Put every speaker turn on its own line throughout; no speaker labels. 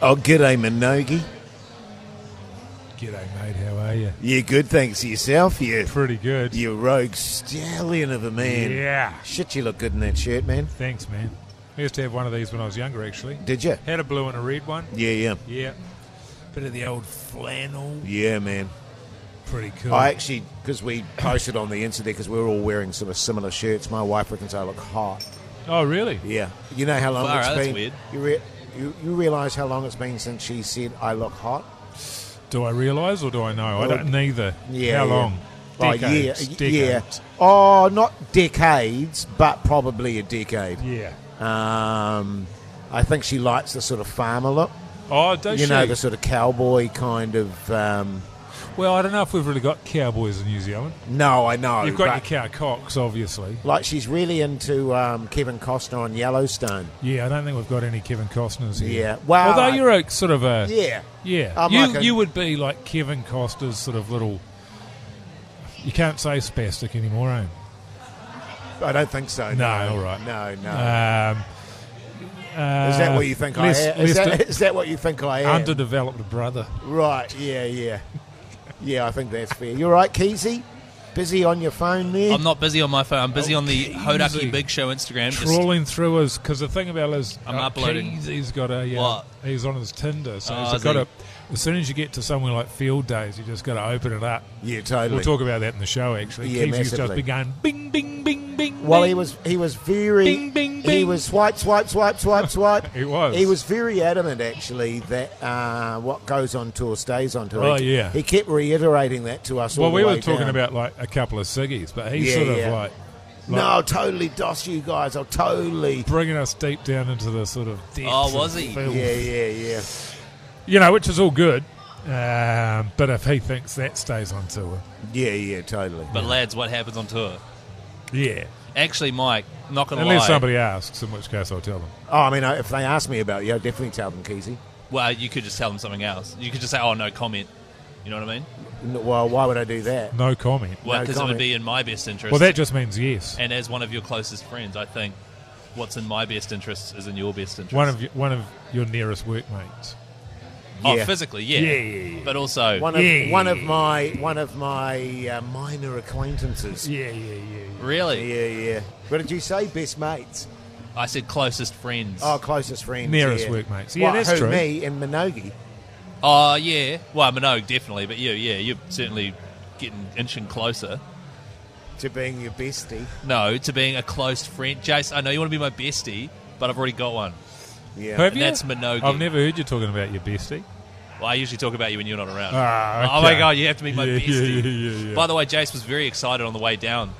Oh, g'day, Minogi.
G'day, mate. How are you?
You good? Thanks to yourself. You,
Pretty good.
you rogue stallion of a man.
Yeah.
Shit, you look good in that shirt, man.
Thanks, man. I used to have one of these when I was younger, actually.
Did you?
Had a blue and a red one.
Yeah, yeah.
Yeah. Bit of the old flannel.
Yeah, man.
Pretty cool.
I actually, because we posted on the Insta there, because we were all wearing sort of similar shirts, my wife reckons I look hot.
oh, really?
Yeah. You know how long
Far
it's
out,
been?
that's weird.
You, re- you, you realise how long it's been since she said, I look hot?
Do I realise or do I know? I don't. Neither.
Yeah.
How
yeah.
long?
Oh,
Decades.
yeah,
Decades.
yeah. Oh, not decades, but probably a decade.
Yeah.
Um, I think she likes the sort of farmer look,
Oh, does
you
she?
know, the sort of cowboy kind of. Um,
well, I don't know if we've really got cowboys in New Zealand.
no, I know.
You've got
but-
your cow cocks, obviously.
like she's really into um, Kevin Costner on Yellowstone.
Yeah, I don't think we've got any Kevin Costners here.
Yeah, well,
although
I-
you're a sort of a
Yeah,
Yeah,
I'm
you
like a-
you would be like Kevin Costner's sort of little. You can't say spastic anymore, eh?
I don't think so.
No, all right.
No, no.
Um, uh,
is that what you think
less-
I am? Is
less
that,
de-
is that what you think I am?
underdeveloped brother?
Right. Yeah. Yeah. Yeah. I think that's fair. You're right, Keezy. Busy on your phone there.
I'm not busy on my phone. I'm busy on the
Okay, easy.
Hodaki Big Show Instagram. Just-
Trawling through his because the thing about is
I'm
uh,
uploading.
Keys, he's got a yeah,
What?
he's on his Tinder, so
Oh,
he's
is
got
he?
a. As soon as you get to somewhere like Field Days, you just got to open it up.
yeah. Totally.
We'll talk about that in the show. Actually,
Yeah,
Keezy's just
massively.
been going bing bing bing bing.
Well,
bing.
he was he was very
Bing, bing,
he
bing.
was swipe swipe swipe swipe swipe.
He was.
he was very adamant actually that uh, what goes on tour stays on tour.
Oh,
He-
yeah.
he kept reiterating that to us. all
Well,
the
we were
way
talking
down.
about like a couple of ciggies, but he's
Yeah,
sort
yeah.
of like, like
No, I'll totally dos you guys. I'll totally.
bringing us deep down into the sort of depths.
Oh,
of
was he?
filth.
Yeah, yeah, yeah.
You know, which is all good. Um, but if he thinks that stays on tour,
Yeah, yeah, totally.
but lads, what happens on tour?
yeah.
Actually, Mike, not gonna
Unless
lie.
somebody asks, in which case I'll tell them.
Oh, I mean, I- if they ask me about you, I'll definitely tell them, Keezy.
Well, you could just tell them something else. You could just say, "Oh, no comment." You know what I mean?
N- Well, why would I do that?
No comment.
Well,
No
because it
comment.
would be in my best interest.
Well, that just means yes.
and as one of your closest friends, I think what's in my best interest is in your best interest.
One of your, one of your nearest workmates.
oh,
Yeah.
physically, yeah.
Yeah, yeah, yeah.
But also,
One of
Yeah.
one of my one of my uh, minor acquaintances.
Yeah, yeah, yeah. yeah.
really,
Yeah, yeah. What did you say? Best mates.
I said closest friends.
Oh, closest friends.
Nearest
yeah.
workmates. Yeah,
What,
that's
who,
true.
me and Minogi.
Oh, yeah. Well, Minogue, definitely. But you, yeah, you're certainly getting inching closer.
To being your bestie.
No, to being a close friend. Jace, I know you want to be my bestie, but I've already got one.
Yeah.
Have you?
That's Minogue.
I've never heard you talking about your bestie.
Well, I usually talk about you when you're not around.
Ah,
Oh my
okay.
god, you have to meet my
Yeah, yeah,
bestie.
yeah, yeah, yeah.
By the way, Jace was very excited on the way down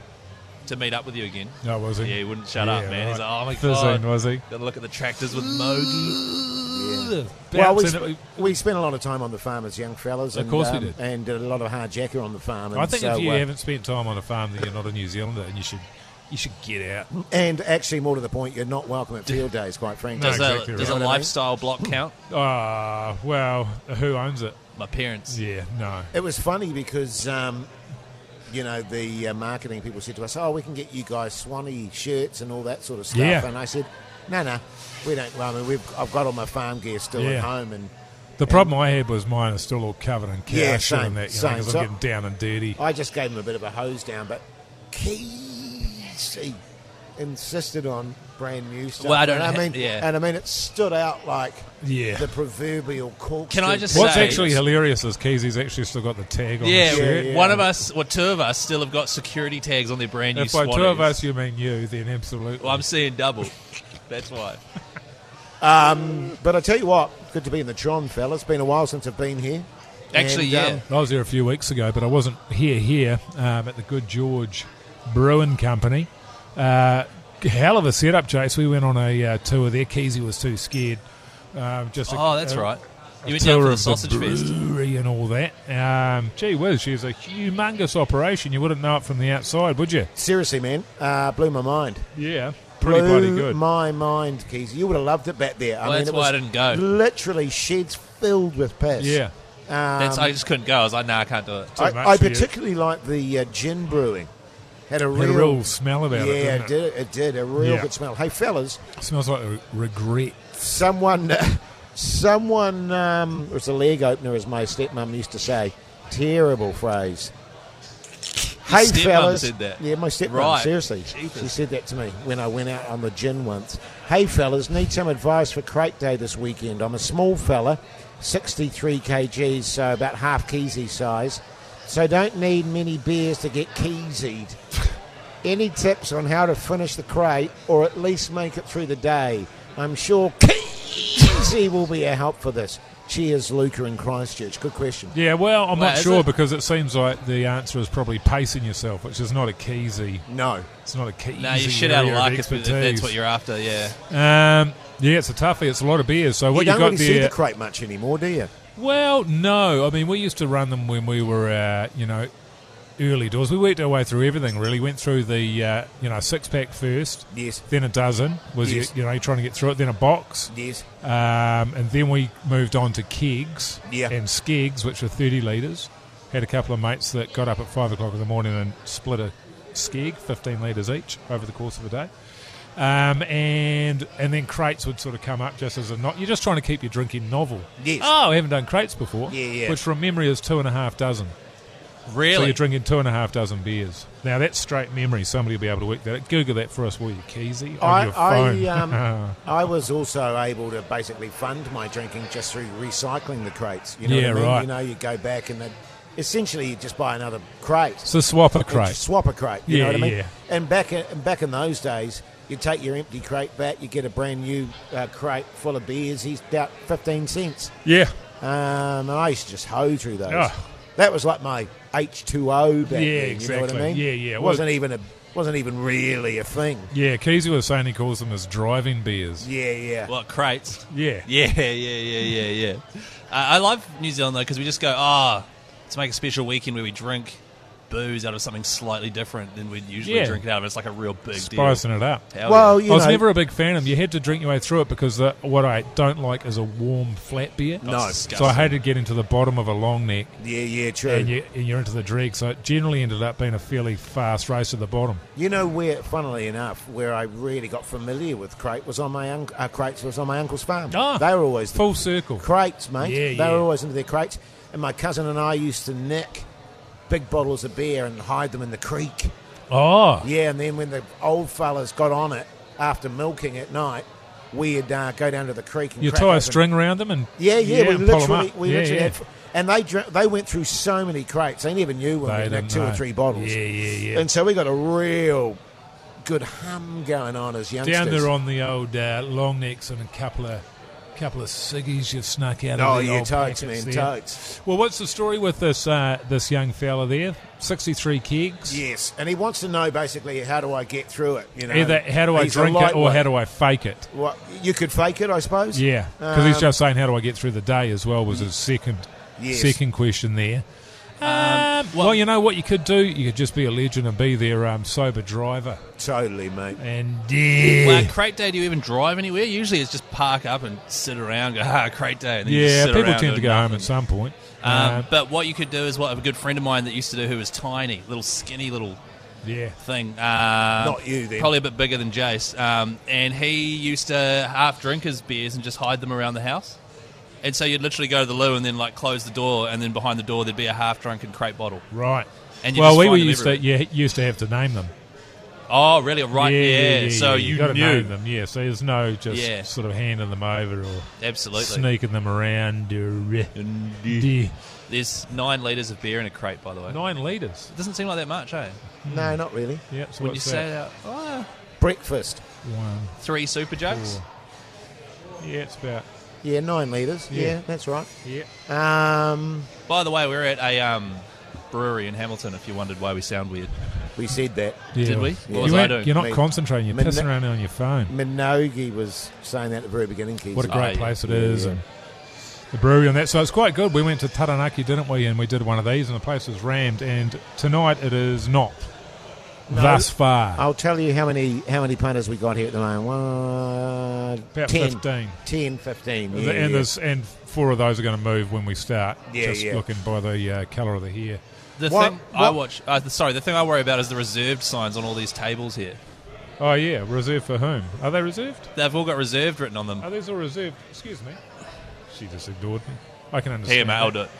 to meet up with you again.
No, was he?
Yeah, he wouldn't shut up,
Yeah,
man. He's like,
right.
oh my
Fizzing,
god.
was he?
Gotta look at the tractors with
Mm.
Mogi.
Well, we,
Bouncing-
sp- we spent a lot of time on the farm as young fellas.
Of
and,
course we
um,
did.
And did a lot of hard jacker on the farm. And
I think
so,
if you
uh,
haven't spent time on a farm, then you're not a New Zealander, and you should you should get out.
And actually, more to the point, you're not welcome at field days, quite frankly.
No,
Does,
exactly
a, does
right.
a lifestyle block count?
Ah, well, who owns it?
My parents.
Yeah, no.
It was funny because, um, you know, the uh, marketing people said to us, oh, we can get you guys Swanee shirts and all that sort of stuff.
Yeah.
And I said, no, no, we don't. Well, I mean, we've, I've got all my farm gear still
Yeah.
at home. and
The problem I had was mine is still all covered in cow
Yeah,
shit
same,
and that, you
same.
know, because
So- Oh,
I'm getting down and dirty.
I just gave him a bit of a hose down, but Keezy insisted on brand new stuff.
Well, I don't
and
ha-
I mean,
yeah.
and I mean, it stood out like
Yeah.
the proverbial cork.
Can I
to
just
the
What's
say-
actually hilarious is Keezy's actually still got the tag on
Yeah,
his shirt.
yeah.
one of us, or two of us, still have got security tags on their brand new
If by two of
Swannies.
us you mean you, then absolutely.
Well, I'm seeing double. That's why.
But I tell you what, good to be in the Tron, fella. It's been a while since I've been here.
Actually,
And,
yeah.
um,
I was there a few weeks ago, but I wasn't here here um, at the Good George Brewing Company. Uh, hell of a setup, Jace. We went on a uh, tour there. Keezy was too scared. Um, just a-
oh, that's
a-
right.
a
You went down
tour
for the
of
sausage fest.
brewery and all that. Um, gee whiz, she's a humongous operation. You wouldn't know it from the outside, would you?
Seriously, man, uh, blew my mind.
Yeah, pretty
blew
bloody good.
my mind, Keezy. You would have loved it back there. I
Well,
mean,
that's
it
why I
was
didn't go.
Literally, sheds filled with piss.
yeah,
That's, I just couldn't go. I was like, nah, I can't do it.
too
I,
much
I
for you.
particularly like the uh, gin brewing. Had a
had
real,
a real smell about
yeah,
it. didn't
did it did a real
Yeah.
good smell. Hey fellas,
It smells like regret.
someone uh, Someone, um, it was a leg opener, as my stepmum used to say. Terrible phrase.
Your
hey,
stepmum
fellas.
said that?
Yeah, my stepmum,
Right.
seriously.
Jeepers.
She said that to me when I went out on the gin once. Hey, fellas, need some advice for crate day this weekend. I'm a small fella, 63 kgs, so about half keezy size. So don't need many beers to get keesied. Any tips on how to finish the crate or at least make it through the day? I'm sure Keezy will be a help for this. Cheers, Luca in Christchurch. Good question.
Yeah, well, I'm
Well,
not
is
sure
it?
because it seems like the answer is probably pacing yourself, which is not a keysy.
No.
It's not a keysy.
No, you shit out of
area
luck if, if
expertise.
that's what you're after. Yeah.
Um, yeah, it's a toughie. It's a lot of beers. So what
you don't
you, got
really see
there?
the uh, crate much anymore, do you?
well, no. I mean, we used to run them when we were, uh, you know, early doors. We worked our way through everything. Really, went through the, uh, you know, six pack first,
Yes.
then a dozen. Was
Yes.
you, you know you're trying to get through it? Then a box.
Yes.
Um, and then we moved on to kegs
Yeah.
and skegs, which were 30 litres. Had a couple of mates that got up at 5 o'clock in the morning and split a skeg, 15 litres each, over the course of a day. Um, and and then crates would sort of come up just as a not. You're just trying to keep your drinking novel.
Yes.
Oh, I haven't done crates before.
Yeah, yeah.
Which from memory is two and a half dozen. So
Really?
you're drinking two and a half dozen beers. Now that's straight memory. Somebody will be able to work that. out. Google that for us, will you, Keezy? On
I,
your phone.
I, um, I was also able to basically fund my drinking just through recycling the crates. You know
Yeah,
what I mean?
right.
You know, you go back and then essentially you just buy another crate.
so swap a
and
crate.
just swap a crate. You
Yeah,
know what I mean?
yeah.
And back in, and back in those days, you take your empty crate back, you get a brand new uh, crate full of beers. He's about fifteen cents.
Yeah.
Um, and I used to just hoe through those.
Oh.
That was like my H two O back then.
Yeah,
You know
exactly.
what I mean?
Yeah, yeah.
It wasn't even a wasn't even really a thing.
Yeah, Keezy was saying he calls them as driving beers.
Yeah, yeah.
What crates?
Yeah.
Yeah, yeah, yeah, yeah, yeah. Uh, I love New Zealand though because we just go, ah, let's make a special weekend where we drink booze out of something slightly different than we'd usually
Yeah.
drink it out of. It's like a real big
Spicing it up.
deal. Hell
well,
yeah.
you
I was
know,
Oh, never a big fan of them. You had to drink your way through it because the, what I don't like is a warm flat beer.
No.
It's
So I
disgusting.
hated getting to the bottom of a long neck
yeah, yeah, true.
and, you, and you're into the dreg. So it generally ended up being a fairly fast race to the bottom.
You know where, funnily enough, where I really got familiar with crate was on my unc uh, crates was on my uncle's farm.
Ah.
they were always the
Full circle.
crates, mate.
Yeah,
they
yeah.
were always into their crates. And my cousin and I used to nick big bottles of beer and hide them in the creek.
Oh.
Yeah, and then when the old fellas got on it after milking at night, we'd uh, go down to the creek and
You
crack
tie a
open-
string around them and
Yeah, yeah, we
and pull 'em
literally,
up.
we
yeah,
literally
yeah.
had, and they dr- they went through so many crates. They never knew when
They
we nicked
didn't
two or
know.
three bottles.
Yeah, yeah, yeah.
And so we got a real good hum going on as youngsters.
Down there on the old uh, long necks and a couple of couple of ciggies you snuck out
Oh,
of the
yeah,
old
totes,
packets
man,
there.
totes.
Well, what's the story with this uh, this young fella there? Sixty three kegs.
Yes, and he wants to know basically how do I get through it? You know,
Either how do I
He's a
drink it or
lightweight.
how do I fake it?
What you could fake it, I suppose.
Yeah, because he's
Um,
just saying how do I get through the day as well was his second
Yes.
second question there. Um, well, you know what you could do? You could just be a legend and be their um, sober driver.
totally, mate.
And yeah,
Well, at crate day, do you even drive anywhere? Usually, it's just park up and sit around, go ah, crate day. And then you just
yeah,
sit
people
around
tend to
doing
go home
nothing.
at some point.
Um, but what you could do is what a good friend of mine that used to do, who was tiny, little skinny little
yeah,
thing. Uh,
Not you, then.
Probably a bit bigger than Jace. Um, and he used to half drink his beers and just hide them around the house. And so you'd literally go to the loo and then like close the door, and then behind the door there'd be a half drunken crate bottle.
right.
And you
well,
just
we
find
were
them
used to
everywhere.
yeah used to have to name them.
Oh, really? Right? Yeah. so
yeah,
you,
gotta
knew
name them. Yeah, so there's no just
Yeah.
sort of handing them over or
absolutely.
sneaking them around. or- Yeah.
There's nine liters of beer in a crate, by the way.
Nine liters.
It doesn't seem like that much, eh?
No, not really.
Yeah. So
When you
what's
say
that?
that, oh,
Breakfast.
One,
three super jugs.
four. Yeah, it's about.
Yeah, nine litres. Yeah,
Yeah.
that's right.
Yeah.
Um,
By the way, we're at a um, brewery in Hamilton. If you wondered why we sound weird,
we said that.
Did we? What was
you
I
ain't-
doing?
You're not
Me-
concentrating. You're
Min-
pissing around on your phone.
Minogi was saying that at the very beginning. Keith.
What a
Oh,
great
yeah.
place it
Yeah,
is,
yeah.
and the brewery on that. So it's quite good. We went to Taranaki, didn't we? And we did one of these, and the place was rammed. And tonight it is not. Thus far,
I'll tell you how many how many punters we got here at the moment. One,
about
10,
15.
10, 15.
And
Yeah,
the- and,
yeah.
there's, and four of those are going to move when we start.
Yeah,
just
yeah.
looking by the uh, colour of the hair.
The
What-
thing I
what-
watch, uh, the- sorry, the thing I worry about is the reserved signs on all these tables here.
Oh yeah, reserved for whom? Are they reserved?
Oh,
They've all got reserved written on them.
Are these all reserved? Excuse me. She just ignored me. I can understand.
Here, mate, I'll
that.
do it.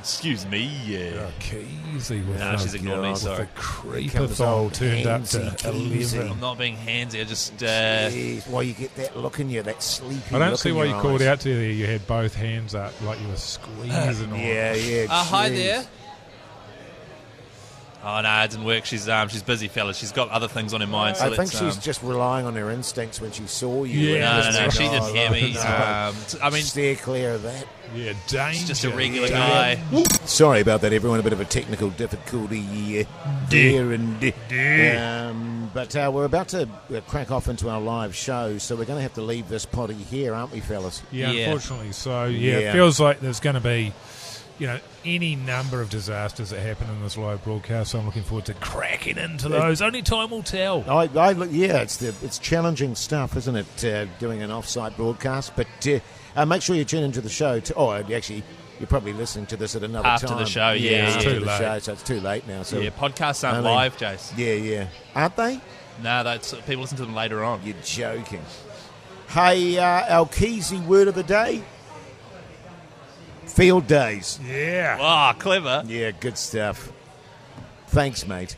Excuse me. Yeah.
Oh, Keezy with
Nah,
the-
she's ignored me,
with
sorry.
The creeper
Comes
thole
on
turned up to
handsy, keezy.
11.
I'm not being handsy. I just uh,
Jeez, why you get that look in you, that sleepy
I don't
look
see
in
why you
your
called
eyes.
out to you there. You had both hands up like you were squeezing on.
Yeah, yeah.
Uh, hi
jeez.
there. Oh no, it didn't work. She's um, she's busy, fellas. She's got other things on her mind. So
I think
let's,
she's
um,
just relying on her instincts when she saw you.
Yeah,
No, no, no.
Oh,
She didn't hear me. Um, t- I
I mean,
mean,
steer clear of that.
Yeah, danger.
she's just a regular
danger.
guy.
Sorry about that, everyone. A bit of a technical difficulty yeah. there and there. Um, but uh, we're about to uh, crack off into our live show, so we're going to have to leave this potty here, aren't we, fellas?
Yeah,
Yeah.
unfortunately. So
Yeah.
yeah, it feels like there's going to be, you know, any number of disasters that happen in this live broadcast. So I'm looking forward to cracking into those. Only time will tell.
I, I look- yeah, it's the, it's challenging stuff, isn't it? Uh, doing an off-site broadcast, but uh, uh, make sure you tune into the show. To, oh, and actually, you're probably listening to this at another
After the
time.
show, yeah,
after
yeah.
the
Too late.
show, so it's too late now. So
Yeah, podcasts
I
aren't
mean-
live, Jace.
yeah, yeah. aren't they?
No, that's people listen to them later on.
You're joking. Hey, uh, our Keezy word of the day: field days.
Yeah.
Ah, clever.
Yeah, good stuff. Thanks, mate.